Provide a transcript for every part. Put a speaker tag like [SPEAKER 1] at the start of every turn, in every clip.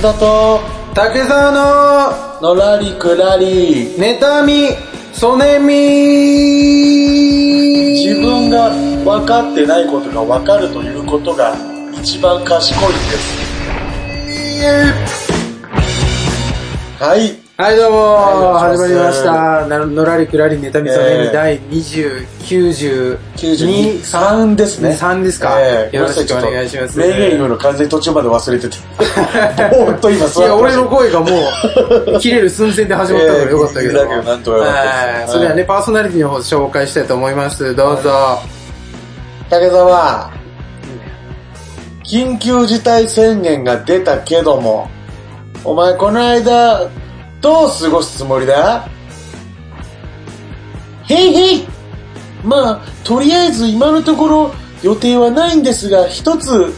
[SPEAKER 1] 田と
[SPEAKER 2] 竹沢
[SPEAKER 1] のらりくらり
[SPEAKER 2] の妬みそねみ
[SPEAKER 1] 自分が分かってないことが分かるということが一番賢いんですはい
[SPEAKER 2] はいどうも、
[SPEAKER 1] はいお願い
[SPEAKER 2] 始
[SPEAKER 1] します
[SPEAKER 2] まりましたなのらりくらり妬みそね
[SPEAKER 1] えー
[SPEAKER 2] み第2092
[SPEAKER 1] 92 3ですね
[SPEAKER 2] 3ですか
[SPEAKER 1] ええ
[SPEAKER 2] よろしくお願いします
[SPEAKER 1] 名言言うの完全に途中まで忘れててぼーっと今座って
[SPEAKER 2] いや
[SPEAKER 1] ま
[SPEAKER 2] 俺
[SPEAKER 1] した
[SPEAKER 2] の声がも う切れる寸前で始まったからよかったけど,、
[SPEAKER 1] ええだけどなんとかよかったです
[SPEAKER 2] はいそれではねパーソナリティの方紹介したいと思いますどうぞ、
[SPEAKER 1] 竹澤緊急事態宣言が出たけども、お前この間、どう過ごすつもりだへいへいまあ、とりあえず今のところ予定はないんですが、一つ、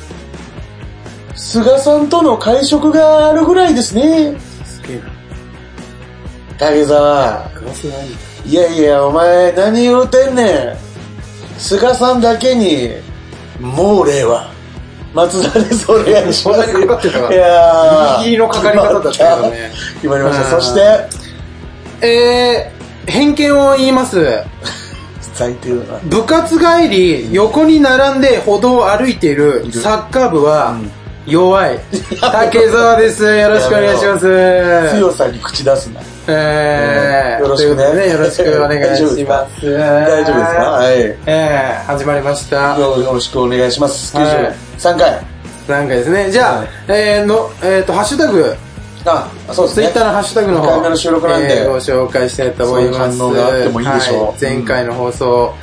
[SPEAKER 1] 菅さんとの会食があるぐらいですね。
[SPEAKER 2] すげえな
[SPEAKER 1] 竹澤、
[SPEAKER 2] ガラスない
[SPEAKER 1] いやいや、お前何言うてんねん。菅さんだけに、もう令和。松田です、お願いし
[SPEAKER 2] そ
[SPEAKER 1] ます。
[SPEAKER 2] んなにかかってたか
[SPEAKER 1] いやー
[SPEAKER 2] ギリギリのかかり方だったけどね。
[SPEAKER 1] 決まった決まりました。
[SPEAKER 2] う
[SPEAKER 1] そ
[SPEAKER 2] ん
[SPEAKER 1] して、
[SPEAKER 2] えー、偏見を言います
[SPEAKER 1] 最低だな。
[SPEAKER 2] 部活帰り横に並んで歩道を歩いているサッカー部は弱い竹澤です よろしくお願いします
[SPEAKER 1] 強さに口出すな。
[SPEAKER 2] えー、
[SPEAKER 1] よろしくね
[SPEAKER 2] ということでよろしくお願いします
[SPEAKER 1] 大丈夫ですかはい。
[SPEAKER 2] えー、始まりました
[SPEAKER 1] よよろしくお願いします。
[SPEAKER 2] はい
[SPEAKER 1] 93回。
[SPEAKER 2] なんかですねじゃあ、
[SPEAKER 1] はい
[SPEAKER 2] えー、のえー、とハッシュタグ
[SPEAKER 1] あ、そうです
[SPEAKER 2] ツイ
[SPEAKER 1] ね。
[SPEAKER 2] ッターのハッシュタグの
[SPEAKER 1] 二
[SPEAKER 2] 方
[SPEAKER 1] 回目の収録なんで
[SPEAKER 2] えーご紹介したいと思います。
[SPEAKER 1] そういう反応があってもいいでしょう
[SPEAKER 2] はい前回の放送を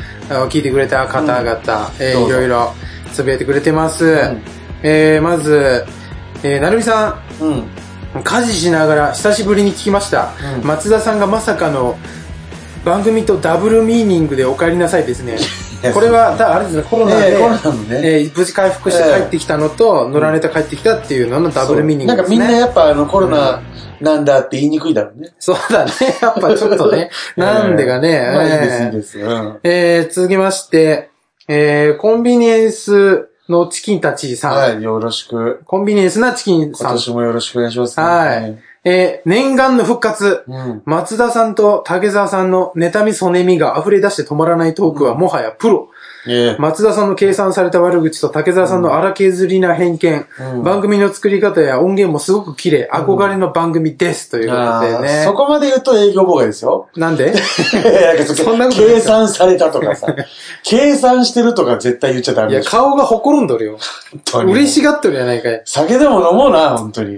[SPEAKER 2] 聞いてくれた方々、えー
[SPEAKER 1] どうぞ
[SPEAKER 2] いろいろつぶやいてくれてます。
[SPEAKER 1] ん
[SPEAKER 2] えーまず、えーなるみさん、
[SPEAKER 1] うん。
[SPEAKER 2] 家事しながら久しぶりに聞きました。
[SPEAKER 1] うん
[SPEAKER 2] 松田さんがまさかの番組とダブルミーニングでお帰りなさいですね
[SPEAKER 1] や。
[SPEAKER 2] これは、だあれですね、コロナで、
[SPEAKER 1] えーコロナのね
[SPEAKER 2] えー無事回復して帰ってきたのと、野良ネタ帰ってきたっていうののダブルミーニング
[SPEAKER 1] なん
[SPEAKER 2] で
[SPEAKER 1] か
[SPEAKER 2] す
[SPEAKER 1] み
[SPEAKER 2] ね。
[SPEAKER 1] んなやっぱあのコロナなんだって言いにくいだろうね。。
[SPEAKER 2] そうだね。 やっぱちょっとね なんでかね。
[SPEAKER 1] まあいいです、いい
[SPEAKER 2] えー
[SPEAKER 1] です。うん。
[SPEAKER 2] えー続きまして、えーコンビニエンスのチキンたちさん。
[SPEAKER 1] はい、よろしく。
[SPEAKER 2] コンビニエンスなチキン
[SPEAKER 1] 今
[SPEAKER 2] さん。
[SPEAKER 1] 年もよろしくお願いしますね。
[SPEAKER 2] はい。えー念願の復活。
[SPEAKER 1] うん。
[SPEAKER 2] 松田さんと竹澤さんの妬み、そねみが溢れ出して止まらないトークはもはやプロ。
[SPEAKER 1] ええ。
[SPEAKER 2] 松田さんの計算された悪口と竹澤さんの荒削りな偏見、
[SPEAKER 1] うん
[SPEAKER 2] 番組の作り方や音源もすごく綺麗、憧れの番組です。ということで
[SPEAKER 1] あー
[SPEAKER 2] ね
[SPEAKER 1] そ。こまで言うと営業妨害ですよ。
[SPEAKER 2] なん で
[SPEAKER 1] そ
[SPEAKER 2] そんなことない
[SPEAKER 1] 計算されたと かさ、計算してるとか絶対言っちゃダ
[SPEAKER 2] い
[SPEAKER 1] メ
[SPEAKER 2] や、
[SPEAKER 1] でしょ。
[SPEAKER 2] 顔がほころんどるよ。嬉
[SPEAKER 1] い。
[SPEAKER 2] しがっとるやないかい。
[SPEAKER 1] 酒でも飲もうな、本 当に。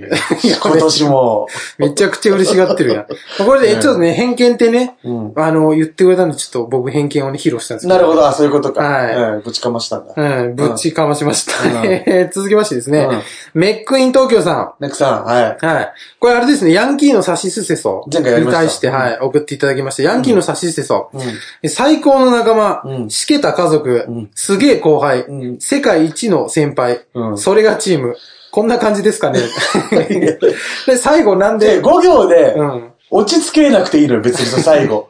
[SPEAKER 1] 今年も。
[SPEAKER 2] めちゃくちゃ嬉しがってるやん。これで、えちょっとね、偏見ってね、
[SPEAKER 1] うん
[SPEAKER 2] あの、言ってくれたんで、ちょっと僕偏見をね、披露したんですけど。
[SPEAKER 1] なるほど、あ、そういうことか。
[SPEAKER 2] はい
[SPEAKER 1] うんぶちかましたんだ。
[SPEAKER 2] うん、ぶっちかましました。
[SPEAKER 1] うん
[SPEAKER 2] えー 続きましてですね、
[SPEAKER 1] う
[SPEAKER 2] メックイン東京さ
[SPEAKER 1] ネクさん、はい。
[SPEAKER 2] ん。はい。これあれですね、ヤンキーのサシスセソ
[SPEAKER 1] 前回やり
[SPEAKER 2] に
[SPEAKER 1] ました
[SPEAKER 2] 対して、はい、送っていただきました。ヤンキーのサシスセソ。
[SPEAKER 1] うん
[SPEAKER 2] 最高の仲間、
[SPEAKER 1] うん
[SPEAKER 2] しけた家族、
[SPEAKER 1] うん
[SPEAKER 2] すげえ後輩、
[SPEAKER 1] うん
[SPEAKER 2] 世界一の先輩、
[SPEAKER 1] うん
[SPEAKER 2] それがチーム。こんな感じですか ね。で、最後なん
[SPEAKER 1] で、
[SPEAKER 2] で、
[SPEAKER 1] 5行で
[SPEAKER 2] う、ん。
[SPEAKER 1] 落ち着けなくていいのよ、別にその 最後。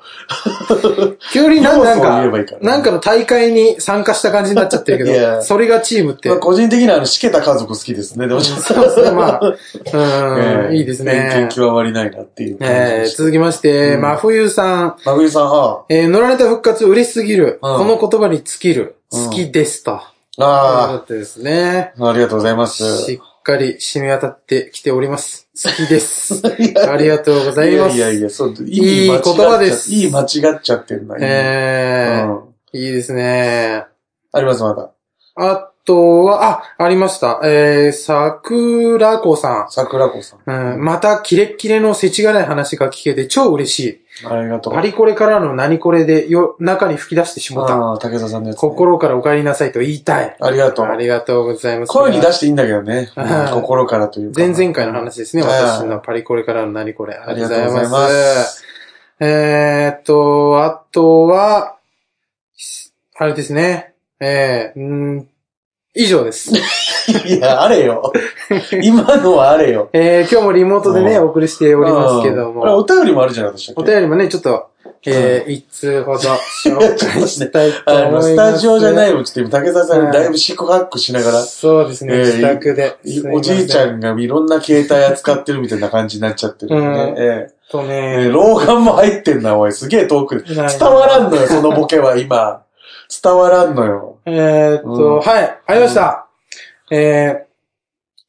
[SPEAKER 2] 急になんなん
[SPEAKER 1] 要素を言えばいいか
[SPEAKER 2] か、
[SPEAKER 1] ら
[SPEAKER 2] なんかの大会に参加した感じになっちゃってるけ
[SPEAKER 1] いや
[SPEAKER 2] ど、それがチームって
[SPEAKER 1] まあ。個人的にはあの、しけた家族好きですね、でもちょっと
[SPEAKER 2] そうですね、 まあ、うん、
[SPEAKER 1] ええ
[SPEAKER 2] いいです
[SPEAKER 1] 偏
[SPEAKER 2] ね
[SPEAKER 1] 見。極まりないなっていう感じ
[SPEAKER 2] え
[SPEAKER 1] で
[SPEAKER 2] ー
[SPEAKER 1] した。
[SPEAKER 2] 続きまして、真冬さん。
[SPEAKER 1] まぐりさん、は
[SPEAKER 2] えー乗られた復活嬉しすぎる。
[SPEAKER 1] うん
[SPEAKER 2] この言葉に尽きる。
[SPEAKER 1] うん
[SPEAKER 2] 好きですと。
[SPEAKER 1] あ
[SPEAKER 2] よか
[SPEAKER 1] あ
[SPEAKER 2] ったですね。
[SPEAKER 1] あ、ありがとうございます。
[SPEAKER 2] しっかり染み渡ってきております。好き です。
[SPEAKER 1] いや
[SPEAKER 2] ありがとうございます。
[SPEAKER 1] いやいやいや、そう、
[SPEAKER 2] いい
[SPEAKER 1] 間違っちゃ
[SPEAKER 2] 言葉です
[SPEAKER 1] いい間違っちゃってんな。
[SPEAKER 2] えー
[SPEAKER 1] うん
[SPEAKER 2] いいですね。
[SPEAKER 1] あります、まだ。
[SPEAKER 2] あとは、あ、ありました。えー、桜子さ
[SPEAKER 1] 桜子さん。
[SPEAKER 2] ん。うん、また、キレッキレの世知がない話が聞けて超嬉しい。
[SPEAKER 1] ありがとう。
[SPEAKER 2] パリコレからの何これでよ、中に吹き出してしもた。
[SPEAKER 1] ああ、竹田さんのやつね。
[SPEAKER 2] 心からお帰りなさいと言いたい。
[SPEAKER 1] ありがとう
[SPEAKER 2] あ。りがとうございます。
[SPEAKER 1] 声に出していいんだけどね。
[SPEAKER 2] う
[SPEAKER 1] うんん心からというか。
[SPEAKER 2] 前々回の話ですね。
[SPEAKER 1] はい
[SPEAKER 2] 私のパリコレからの何これ。あ
[SPEAKER 1] あ
[SPEAKER 2] り
[SPEAKER 1] り
[SPEAKER 2] が
[SPEAKER 1] が
[SPEAKER 2] と
[SPEAKER 1] と
[SPEAKER 2] う
[SPEAKER 1] う
[SPEAKER 2] ご
[SPEAKER 1] ご
[SPEAKER 2] ざ
[SPEAKER 1] ざ
[SPEAKER 2] い
[SPEAKER 1] い
[SPEAKER 2] ま。
[SPEAKER 1] ますす。
[SPEAKER 2] えーっと、あとは、 あれですね。えー、んー以上です。
[SPEAKER 1] いや、あれ よ。今のはあれよ。
[SPEAKER 2] えー、今日もリモートでね、
[SPEAKER 1] うん
[SPEAKER 2] お送りしておりますけど
[SPEAKER 1] うんあれ、
[SPEAKER 2] も、
[SPEAKER 1] お便りもあるじゃないでしたっ
[SPEAKER 2] お
[SPEAKER 1] け
[SPEAKER 2] 便りもね、ちょっと、えー、一通 ほど紹介したいと
[SPEAKER 1] あ
[SPEAKER 2] 思い
[SPEAKER 1] の、
[SPEAKER 2] ます。
[SPEAKER 1] スタジオじゃないいもん、ちょっと今、竹澤さんだいぶシックハックしながら、
[SPEAKER 2] そうですね、
[SPEAKER 1] えー
[SPEAKER 2] 自宅で。すませ
[SPEAKER 1] おじいちゃんがいろんな携帯扱ってるみたいな感じになっちゃってるんでね。ええ
[SPEAKER 2] と
[SPEAKER 1] ええ
[SPEAKER 2] ね、
[SPEAKER 1] 老眼も入ってんな、おい。すげえ遠くで。伝
[SPEAKER 2] ない
[SPEAKER 1] わらんのよ、そのボケ は今。伝わらんのよ。
[SPEAKER 2] えー、っと、
[SPEAKER 1] うん
[SPEAKER 2] はい、ありました。え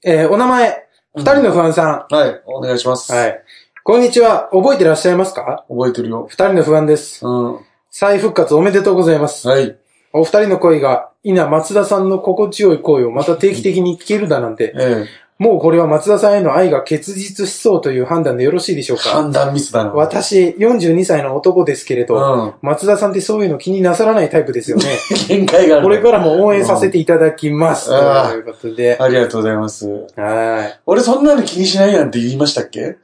[SPEAKER 2] ー、えー、お名前、二人の不安さ
[SPEAKER 1] はい、お願いします。
[SPEAKER 2] ん。はい。こんにちは、覚えてらっしゃいますか
[SPEAKER 1] 覚えてるよ。
[SPEAKER 2] 二人の不安です。
[SPEAKER 1] うん。は
[SPEAKER 2] 再復活おめでとうございます。
[SPEAKER 1] い。
[SPEAKER 2] お二人の恋が、稲松田さんの心地よい恋をまた定期的に聞けるだなんて、
[SPEAKER 1] ええ。
[SPEAKER 2] もうこれは松田さんへの愛が結実しそうという判断でよろしいでしょうか
[SPEAKER 1] 判断ミスだな。
[SPEAKER 2] 私、42歳の男ですけれ
[SPEAKER 1] う
[SPEAKER 2] ど、
[SPEAKER 1] ん。
[SPEAKER 2] 松田さんってそういうの気になさらないタイプです よね。
[SPEAKER 1] 限界がある。
[SPEAKER 2] これからも応援させていただきます。と
[SPEAKER 1] うん
[SPEAKER 2] いうことで。
[SPEAKER 1] ありがとうございます。
[SPEAKER 2] はい。
[SPEAKER 1] 俺そんなの気にしないなんて言いました っけ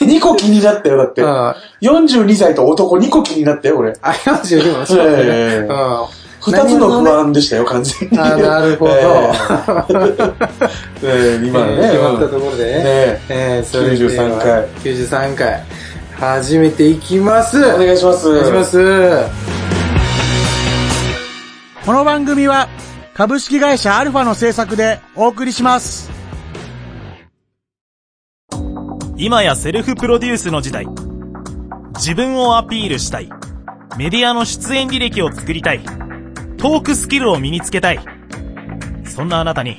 [SPEAKER 1] ?2 個気になったよ、だって。
[SPEAKER 2] あ
[SPEAKER 1] 42歳と男2個気になったよ、俺。
[SPEAKER 2] ありますよ、でも。そうだね
[SPEAKER 1] え
[SPEAKER 2] う
[SPEAKER 1] え
[SPEAKER 2] ん。あ
[SPEAKER 1] 二つの不安でしたよ、完全に。
[SPEAKER 2] あ、なるほど。
[SPEAKER 1] ええええ今
[SPEAKER 2] え
[SPEAKER 1] ね。
[SPEAKER 2] ー決まった
[SPEAKER 1] うん
[SPEAKER 2] ところでね。
[SPEAKER 1] ね
[SPEAKER 2] えー、それでは
[SPEAKER 1] 93回。
[SPEAKER 2] 93回。始めていきます。
[SPEAKER 1] えお願いします。
[SPEAKER 2] お願いします。
[SPEAKER 3] この番組は株式会社アルファの制作でお送りします。
[SPEAKER 4] 今やセルフプロデュースの時代自分をアピールしたいメディアの出演履歴を作りたいトークスキルを身につけたいそんなあなたに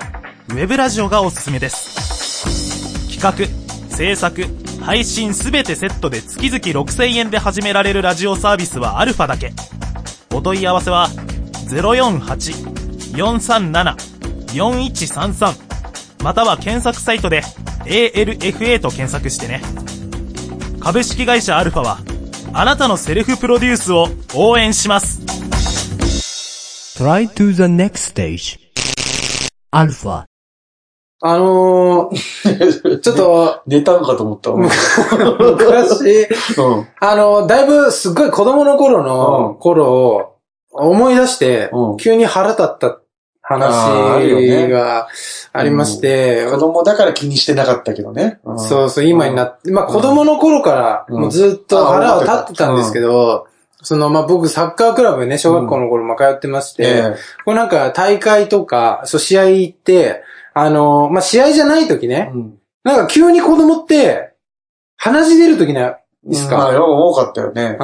[SPEAKER 4] ウェブラジオがおすすめです企画制作配信すべてセットで月々6000円で始められるラジオサービスはアルファだけお問い合わせは048-437-4133または検索サイトで ALFA と検索してね。株式会社アルファはあなたのセルフプロデュースを応援します。
[SPEAKER 5] Try to the next stage. Alpha.
[SPEAKER 2] あのー、ちょっと、
[SPEAKER 1] 寝たんかと思ったわ。
[SPEAKER 2] 昔、
[SPEAKER 1] うん。
[SPEAKER 2] あの、だいぶすっごい子供の頃
[SPEAKER 1] う
[SPEAKER 2] の
[SPEAKER 1] ん
[SPEAKER 2] 頃を思い出して
[SPEAKER 1] うん、
[SPEAKER 2] 急に腹立った
[SPEAKER 1] あーあるよ
[SPEAKER 2] 話
[SPEAKER 1] ね
[SPEAKER 2] がありまして、
[SPEAKER 1] 子供だから気にしてなかったけどね。うん
[SPEAKER 2] そうそう、今になって、まあ子供の頃から
[SPEAKER 1] うん
[SPEAKER 2] もうずっと腹を立ってたんですけど、そのまあ僕サッカークラブね、小学校の頃も通ってまして、
[SPEAKER 1] え
[SPEAKER 2] こうなんか大会とか、そう試合行って、あの、まあ試合じゃない時
[SPEAKER 1] え
[SPEAKER 2] ね、
[SPEAKER 1] うん
[SPEAKER 2] なんか急に子供って、鼻血出る時ないです
[SPEAKER 1] まあ、
[SPEAKER 2] か、
[SPEAKER 1] よく多かったよね。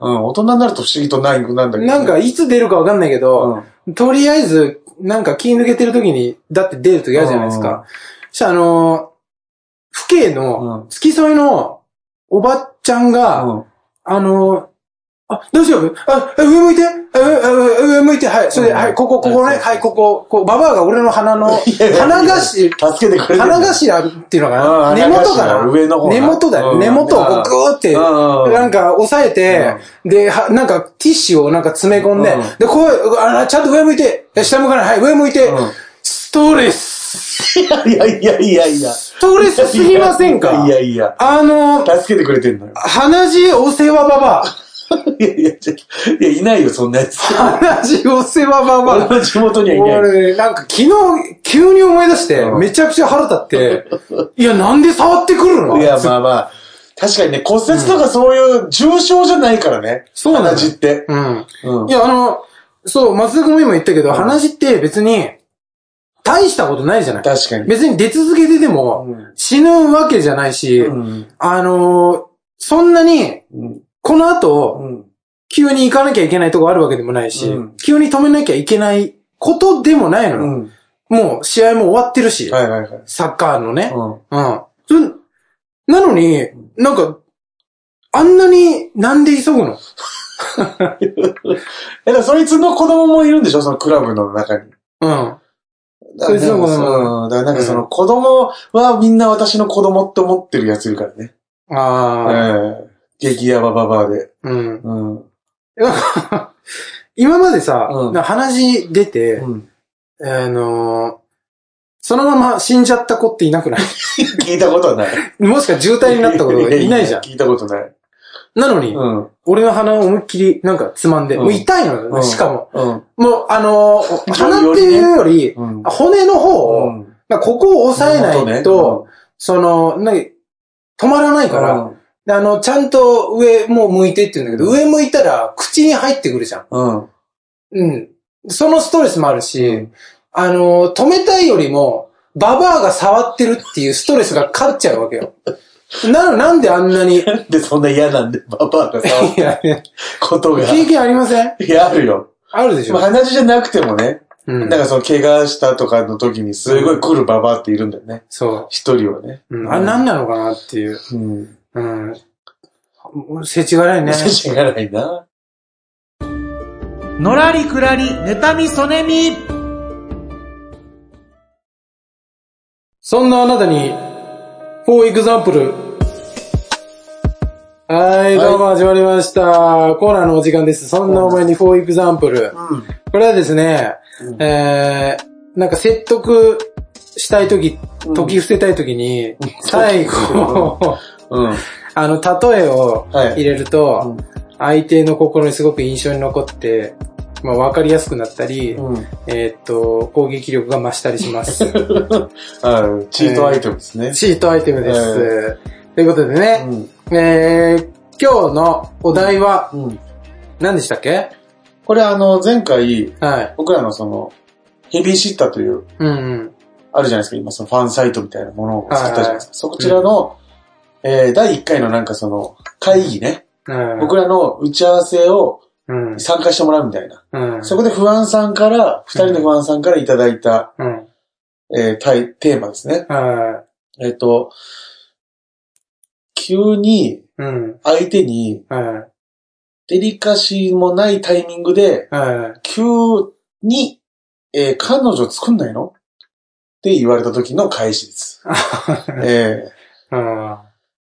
[SPEAKER 2] う
[SPEAKER 1] うん。大人になると不思議とないなんだけど
[SPEAKER 2] ん。
[SPEAKER 1] ね。
[SPEAKER 2] なんかいつ出るかわかんないけど、
[SPEAKER 1] うん、
[SPEAKER 2] とりあえず、なんか気抜けてる時に、だって出る時嫌じゃないです
[SPEAKER 1] うん
[SPEAKER 2] か。そしたらあのー、府警
[SPEAKER 1] うん
[SPEAKER 2] の、付き添いの、おばっちゃんが、
[SPEAKER 1] うん
[SPEAKER 2] あのー、あ、大丈夫あ、あ上向いてあ上上上向いて、はい、それで、
[SPEAKER 1] うん
[SPEAKER 2] はい、ここ、ここね、はい、ここ、こう、ババアが俺の鼻の、
[SPEAKER 1] いやいや
[SPEAKER 2] 鼻頭、
[SPEAKER 1] 助けてくれてる
[SPEAKER 2] 鼻頭っていうの
[SPEAKER 1] う
[SPEAKER 2] かな根
[SPEAKER 1] ん
[SPEAKER 2] 元かな
[SPEAKER 1] 上の方な
[SPEAKER 2] 根元だよ。
[SPEAKER 1] うん
[SPEAKER 2] 根元をこ
[SPEAKER 1] うん
[SPEAKER 2] うグーって、
[SPEAKER 1] うん
[SPEAKER 2] なんか押さえて、で、はなんかティッシュをなんか詰め込んで
[SPEAKER 1] うん、
[SPEAKER 2] で、こう、あらちゃんと上向いて、え下向かない、はい、上向いて
[SPEAKER 1] うん、
[SPEAKER 2] ストレス。
[SPEAKER 1] いやいやいやいや。
[SPEAKER 2] ストレスすぎませんか
[SPEAKER 1] いやいや。
[SPEAKER 2] あの、
[SPEAKER 1] 助けてくれてんのよ。
[SPEAKER 2] 鼻血お世話ばばあ。
[SPEAKER 1] いやいや、ちょいや、いないよ、そんなやつ。
[SPEAKER 2] 鼻血お世話ばば
[SPEAKER 1] 俺
[SPEAKER 2] あ。
[SPEAKER 1] の地元にはいない。
[SPEAKER 2] 俺、なんか昨日、急に思い出して、
[SPEAKER 1] うん
[SPEAKER 2] めちゃくちゃ腹立って、いや、なんで触ってくるの
[SPEAKER 1] い や、まあまあ。確かにね、骨折とかそういう重症じゃないからね。
[SPEAKER 2] そうなの
[SPEAKER 1] 鼻血って。
[SPEAKER 2] うん。
[SPEAKER 1] うん
[SPEAKER 2] い。や、あの、そう、松田君も今言ったけど、鼻血って別に、大したことないじゃない
[SPEAKER 1] 確かに。
[SPEAKER 2] 別に出続けてても、
[SPEAKER 1] うん
[SPEAKER 2] 死ぬわけじゃないし、
[SPEAKER 1] うん。
[SPEAKER 2] あのーそんなに、
[SPEAKER 1] うん。
[SPEAKER 2] この後、
[SPEAKER 1] うん。
[SPEAKER 2] 急に行かなきゃいけないとこあるわけでもないし、
[SPEAKER 1] うん
[SPEAKER 2] 急に止めなきゃいけないことでもないの
[SPEAKER 1] う
[SPEAKER 2] よ、
[SPEAKER 1] ん。
[SPEAKER 2] もう試合も終わってるし、
[SPEAKER 1] はいはいはい。
[SPEAKER 2] サッカーのね。
[SPEAKER 1] うん。
[SPEAKER 2] うん。そんなのに、なんか、あんなになんで急ぐの
[SPEAKER 1] え、だからそいつの子供もいるんでしょそのクラブの中に。
[SPEAKER 2] うん。
[SPEAKER 1] だ
[SPEAKER 2] そいつの子供
[SPEAKER 1] うん。だからなんかその子供はみんな私の子供って思ってるやついるからね。
[SPEAKER 2] ああ、
[SPEAKER 1] ええ。激ヤバババアで。
[SPEAKER 2] うん。
[SPEAKER 1] うん。う
[SPEAKER 2] 今までさ、
[SPEAKER 1] うん
[SPEAKER 2] なんか話出て、
[SPEAKER 1] ん。
[SPEAKER 2] あのーそのまま死んじゃった子っていなくない
[SPEAKER 1] 聞いたことはない。
[SPEAKER 2] もしか渋滞になった子とかいないじゃん。
[SPEAKER 1] 聞いたことない。
[SPEAKER 2] なのに、
[SPEAKER 1] うん。
[SPEAKER 2] 俺の鼻を思いっきりなんかつまんで、
[SPEAKER 1] うん
[SPEAKER 2] もう痛いのよ、
[SPEAKER 1] うん
[SPEAKER 2] しかも。
[SPEAKER 1] うん。
[SPEAKER 2] もう、あのー鼻っていうより、
[SPEAKER 1] うん
[SPEAKER 2] 骨の方を、
[SPEAKER 1] うん
[SPEAKER 2] まあここを押さえないと、、その、なに止まらない
[SPEAKER 1] 元
[SPEAKER 2] か
[SPEAKER 1] ね
[SPEAKER 2] ら、であの、ちゃんと上もう向いてって言うんだけど、上向いたら口に入ってくるじゃん。
[SPEAKER 1] うん。うん。
[SPEAKER 2] うん。そのストレスもあるし、
[SPEAKER 1] うん
[SPEAKER 2] あの、止めたいよりも、ババアが触ってるっていうストレスが勝っちゃうわけよ。な、なんであんなに。い
[SPEAKER 1] で、そんな嫌なんで、ババアが触る
[SPEAKER 2] やいや
[SPEAKER 1] こと が。
[SPEAKER 2] 経験ありません
[SPEAKER 1] いや、あるよ。
[SPEAKER 2] あるでし
[SPEAKER 1] まあ、
[SPEAKER 2] ょ。
[SPEAKER 1] 鼻血じゃなくてもね、
[SPEAKER 2] うん
[SPEAKER 1] なん。かその怪我したとかの時にすごい来るババアっているんだよね。
[SPEAKER 2] そ
[SPEAKER 1] 一人はね。
[SPEAKER 2] う。うん。あれ何なのかなっていう。
[SPEAKER 1] うん。
[SPEAKER 2] うん。せちがらいね。
[SPEAKER 1] 知らないな。
[SPEAKER 3] のらりくらり、妬みそねみ。
[SPEAKER 2] そんなあなたに、for example。はい、どうも始まりました。コーナーのお時間です。そんなお前に for example。これはですね、えー、なんか説得したいとき、解き伏せたいときに、最後、
[SPEAKER 1] うん。うん。
[SPEAKER 2] あの、例えを入れる
[SPEAKER 1] はい
[SPEAKER 2] と
[SPEAKER 1] うん、
[SPEAKER 2] 相手の心にすごく印象に残って、まあ、わかりやすくなったり、
[SPEAKER 1] うん。
[SPEAKER 2] えーっと、攻撃力が増したりします。
[SPEAKER 1] あチートアイテムですね。
[SPEAKER 2] チートアイテムです。ということでね、
[SPEAKER 1] うん。
[SPEAKER 2] えー、今日のお題は
[SPEAKER 1] うん。
[SPEAKER 2] 何でしたっけ、
[SPEAKER 1] これあの、前回、
[SPEAKER 2] はい。
[SPEAKER 1] 僕らのその、ヘビーシッターという、
[SPEAKER 2] うんうん。
[SPEAKER 1] あるじゃないですか、今そのファンサイトみたいなものを作ったじゃないですか。そ
[SPEAKER 2] い
[SPEAKER 1] ちらの、えー、第1回のなんかその、会議ね、
[SPEAKER 2] うん、
[SPEAKER 1] 僕らの打ち合わせを
[SPEAKER 2] うん。
[SPEAKER 1] 参加してもらうみたいな。
[SPEAKER 2] うん。
[SPEAKER 1] そこで不安さんから、二人の不安さんからいただいた、
[SPEAKER 2] うん。
[SPEAKER 1] えー、たいテーマですね。
[SPEAKER 2] はい
[SPEAKER 1] えっ、と、急に
[SPEAKER 2] うん。
[SPEAKER 1] 相手に
[SPEAKER 2] はい
[SPEAKER 1] デリカシーもないタイミングで、
[SPEAKER 2] はい
[SPEAKER 1] 急に、えー彼女作んないのって言われた時の返しです。 え
[SPEAKER 2] うん
[SPEAKER 1] ー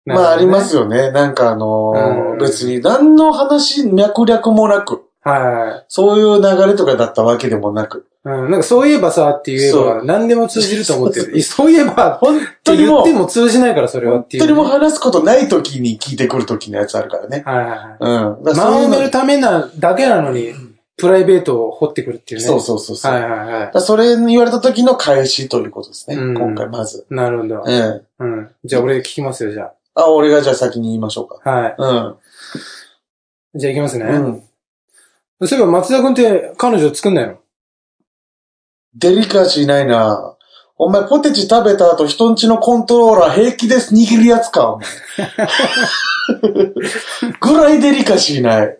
[SPEAKER 1] まあありま。すよね。なんかあのー
[SPEAKER 2] うん
[SPEAKER 1] 別に何の話、脈略もなく、
[SPEAKER 2] はい。
[SPEAKER 1] そういう流れとかだったわけでもなく、
[SPEAKER 2] うん、なんかそういえばさって言え
[SPEAKER 1] そ
[SPEAKER 2] ば何でも通じると思って る。いやそういえば、
[SPEAKER 1] 本当
[SPEAKER 2] って
[SPEAKER 1] に
[SPEAKER 2] 言
[SPEAKER 1] も
[SPEAKER 2] って
[SPEAKER 1] う、
[SPEAKER 2] も通じないからそれはっ
[SPEAKER 1] 本
[SPEAKER 2] ていう
[SPEAKER 1] 当
[SPEAKER 2] ね、
[SPEAKER 1] にもう話すことない時に聞いてくる時のやつあるからね。
[SPEAKER 2] はいはいはい。
[SPEAKER 1] うん。だから
[SPEAKER 2] 間
[SPEAKER 1] そうい
[SPEAKER 2] を埋
[SPEAKER 1] うの
[SPEAKER 2] めるためな、だけなのに、プライベートを掘ってくるっていうね。
[SPEAKER 1] そうそうそうそう。
[SPEAKER 2] はいはいは
[SPEAKER 1] だからそれに言われた時の返しということですね。
[SPEAKER 2] うん
[SPEAKER 1] 今回まず。
[SPEAKER 2] い。なるほど
[SPEAKER 1] え。え
[SPEAKER 2] うん。じゃあ俺聞きますよ、じゃ
[SPEAKER 1] あ、俺がじゃあ先に言いましょうか。
[SPEAKER 2] あ。はい。
[SPEAKER 1] うん。
[SPEAKER 2] じゃあ行きますね。
[SPEAKER 1] うん。
[SPEAKER 2] そういえば松田君って彼女作んないの
[SPEAKER 1] デリカシーないなお前ポテチ食べた後人んちのコントローラー平気で握るやつか、お前 ぐらいデリカシーない。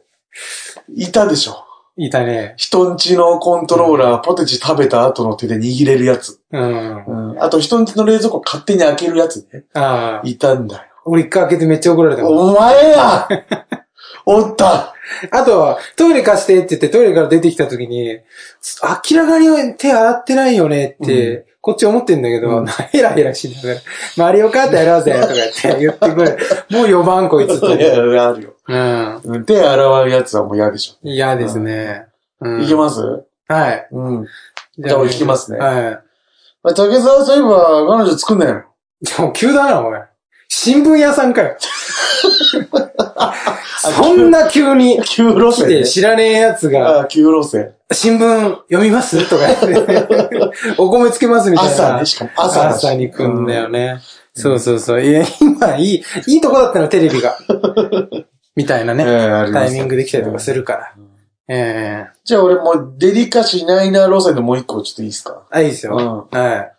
[SPEAKER 1] いたでしょ。
[SPEAKER 2] いたね。
[SPEAKER 1] 人んちのコントローラー、ポテチ食べた後の手で握れるやつ。
[SPEAKER 2] うん。あ
[SPEAKER 1] うん。あと人んちの冷蔵庫勝手に開けるやつね。
[SPEAKER 2] あ。
[SPEAKER 1] いたんだよ。
[SPEAKER 2] 俺一回開けてめっちゃ怒られたもん。
[SPEAKER 1] お前やおった
[SPEAKER 2] あとは、トイレ貸してって言ってトイレから出てきた時に、明らかに手洗ってないよねって、こっち思ってんだけど、ヘラヘラしながら、マリオカートやろうぜとか言って言って くる。もう4番こいつ
[SPEAKER 1] い
[SPEAKER 2] と。
[SPEAKER 1] や、あるよ。
[SPEAKER 2] うん。
[SPEAKER 1] うん手洗うやつはもう嫌でしょ。
[SPEAKER 2] 嫌ですね。うん。
[SPEAKER 1] いけます
[SPEAKER 2] はい。
[SPEAKER 1] うん。じゃあ俺聞きますね
[SPEAKER 2] はい。
[SPEAKER 1] まあ竹沢そういえば、彼女作んないの
[SPEAKER 2] でも急だな、お前。新聞屋さんかよ。そんな急に
[SPEAKER 1] 急路
[SPEAKER 2] 来
[SPEAKER 1] 線
[SPEAKER 2] て
[SPEAKER 1] ね。
[SPEAKER 2] 知らねえやつが、
[SPEAKER 1] あ急路線。
[SPEAKER 2] 新聞読みます とか言って、お米つけますみたいな。
[SPEAKER 1] 朝ね、しかも朝だし
[SPEAKER 2] 朝に来んだよ。ね。そうそうそう。いや、今、いい、いいとこだったの、テレビが。みたいな
[SPEAKER 1] うんえ
[SPEAKER 2] ね。
[SPEAKER 1] えありま
[SPEAKER 2] タ
[SPEAKER 1] す
[SPEAKER 2] イミングで来たりとかするから。ええ
[SPEAKER 1] じゃあ俺もうデリカシーないな路線でもう一個ちょっといいですか
[SPEAKER 2] あ、いいですよ。はい。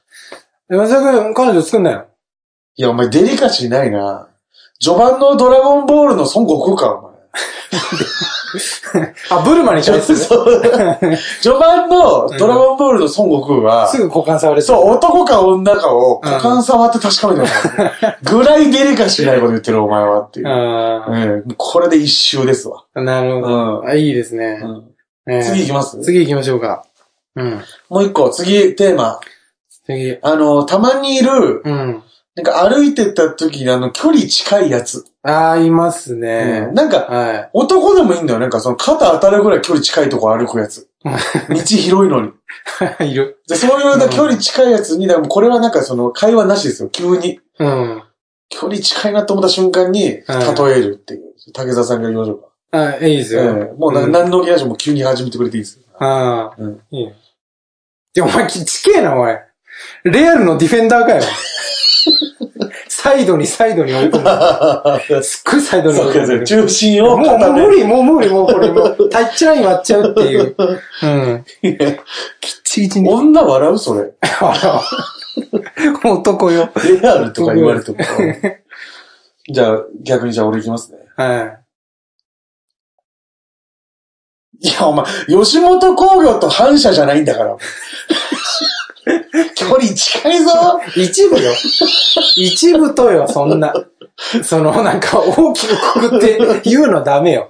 [SPEAKER 2] で松田君、彼女作んなよ。
[SPEAKER 1] いや、お前デリカシーないな。序盤のドラゴンボールの孫悟空か、お前。
[SPEAKER 2] あ、ブルマに対する。す
[SPEAKER 1] そう序盤のドラゴンボールの孫悟空は、
[SPEAKER 2] ぐ股間触れて
[SPEAKER 1] そう、男か女かを股間触って確かめてもらう。ぐらいデリカシーないこと言ってるお前はっていう。
[SPEAKER 2] あ
[SPEAKER 1] うんこれで一周ですわ。
[SPEAKER 2] あ、なるほ
[SPEAKER 1] う
[SPEAKER 2] ど。あいいですね。ええ
[SPEAKER 1] 次行きます
[SPEAKER 2] 次行きましょうか。うん。
[SPEAKER 1] もう一個、次テーマ。
[SPEAKER 2] 次。
[SPEAKER 1] あの、たまにいる、
[SPEAKER 2] うん。
[SPEAKER 1] なんか歩いてった時にあの、距離近いやつ。
[SPEAKER 2] ああ、いますね
[SPEAKER 1] うん。なんか、
[SPEAKER 2] は
[SPEAKER 1] 男でもいいんだよ。なんかその肩当たるぐらい距離近いとこ歩くや つ。道広いのに。
[SPEAKER 2] い。いる。
[SPEAKER 1] でそう いうな距離近いやつに、でもこれはなんかその会話なしですよ。急に。
[SPEAKER 2] うん。
[SPEAKER 1] 距離近いなと思った瞬間に、例えるっていう。竹澤さんが言われるか。
[SPEAKER 2] あ、いいですよ。
[SPEAKER 1] ええもうな、
[SPEAKER 2] ん
[SPEAKER 1] 何のリアジも急に始めてくれていいですよ。
[SPEAKER 2] ああ、
[SPEAKER 1] うん
[SPEAKER 2] いいよ。で、お前、ちちけえな、おい。レアルのディフェンダー かよ。サイドにサイドに追い込む。すっごいサイドに追
[SPEAKER 1] そ
[SPEAKER 2] いう込
[SPEAKER 1] か、
[SPEAKER 2] んでる。
[SPEAKER 1] 中心
[SPEAKER 2] も
[SPEAKER 1] を
[SPEAKER 2] うもう
[SPEAKER 1] 固め
[SPEAKER 2] 無理、もう無理、もうこれ、もう、タッチライン割っちゃうっていう。 うん。
[SPEAKER 1] る。
[SPEAKER 2] きっちぎち に。
[SPEAKER 1] 女笑うそれ。
[SPEAKER 2] 男よ。
[SPEAKER 1] レアルとか言われても。 じゃあ、逆にじゃあ俺行きますね。
[SPEAKER 2] はい
[SPEAKER 1] や、お前、吉本工業と反社じゃないんだ から。距離近いぞ
[SPEAKER 2] い。一部よ。一部とよ、そんな。その、なんか、大きくくくって言うのダメよ。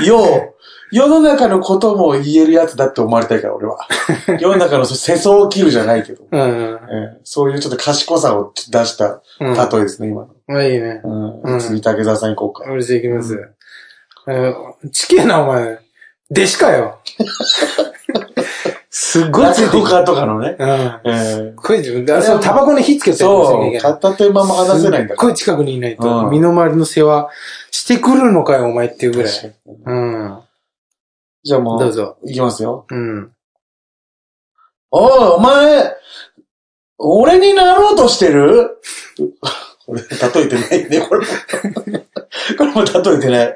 [SPEAKER 1] よう、世の中のことも言えるやつだって思われたいから、俺 は。世の中の世相を切るじゃないけど。
[SPEAKER 2] うん。
[SPEAKER 1] えーそういうちょっと賢さを出した
[SPEAKER 2] うん。
[SPEAKER 1] 例えですね、今
[SPEAKER 2] まあいいね。
[SPEAKER 1] の。
[SPEAKER 2] う
[SPEAKER 1] うんん、次、竹澤さん行こうか。
[SPEAKER 2] 俺じゃあ行きます。えーちけえな、お前。弟子か よ。すっごいつい
[SPEAKER 1] 落
[SPEAKER 2] て
[SPEAKER 1] 語
[SPEAKER 2] くる。
[SPEAKER 1] 家とかのね。
[SPEAKER 2] うん。
[SPEAKER 1] えー
[SPEAKER 2] これ自分で、あそのタバコに火つけて
[SPEAKER 1] そう、片手間も話せないん
[SPEAKER 2] す
[SPEAKER 1] だ
[SPEAKER 2] っ
[SPEAKER 1] か
[SPEAKER 2] ごい近くにいないと、
[SPEAKER 1] うん
[SPEAKER 2] 身の回りの世話してくるのかよ、お前っていうぐら
[SPEAKER 1] ら。
[SPEAKER 2] い。うん。
[SPEAKER 1] じゃあも
[SPEAKER 2] どう
[SPEAKER 1] う、
[SPEAKER 2] ぞ。
[SPEAKER 1] いきますよ。
[SPEAKER 2] うん。
[SPEAKER 1] おい、お前、俺になろうとしてるこれ、例えてないね、これも。 これも例えてない。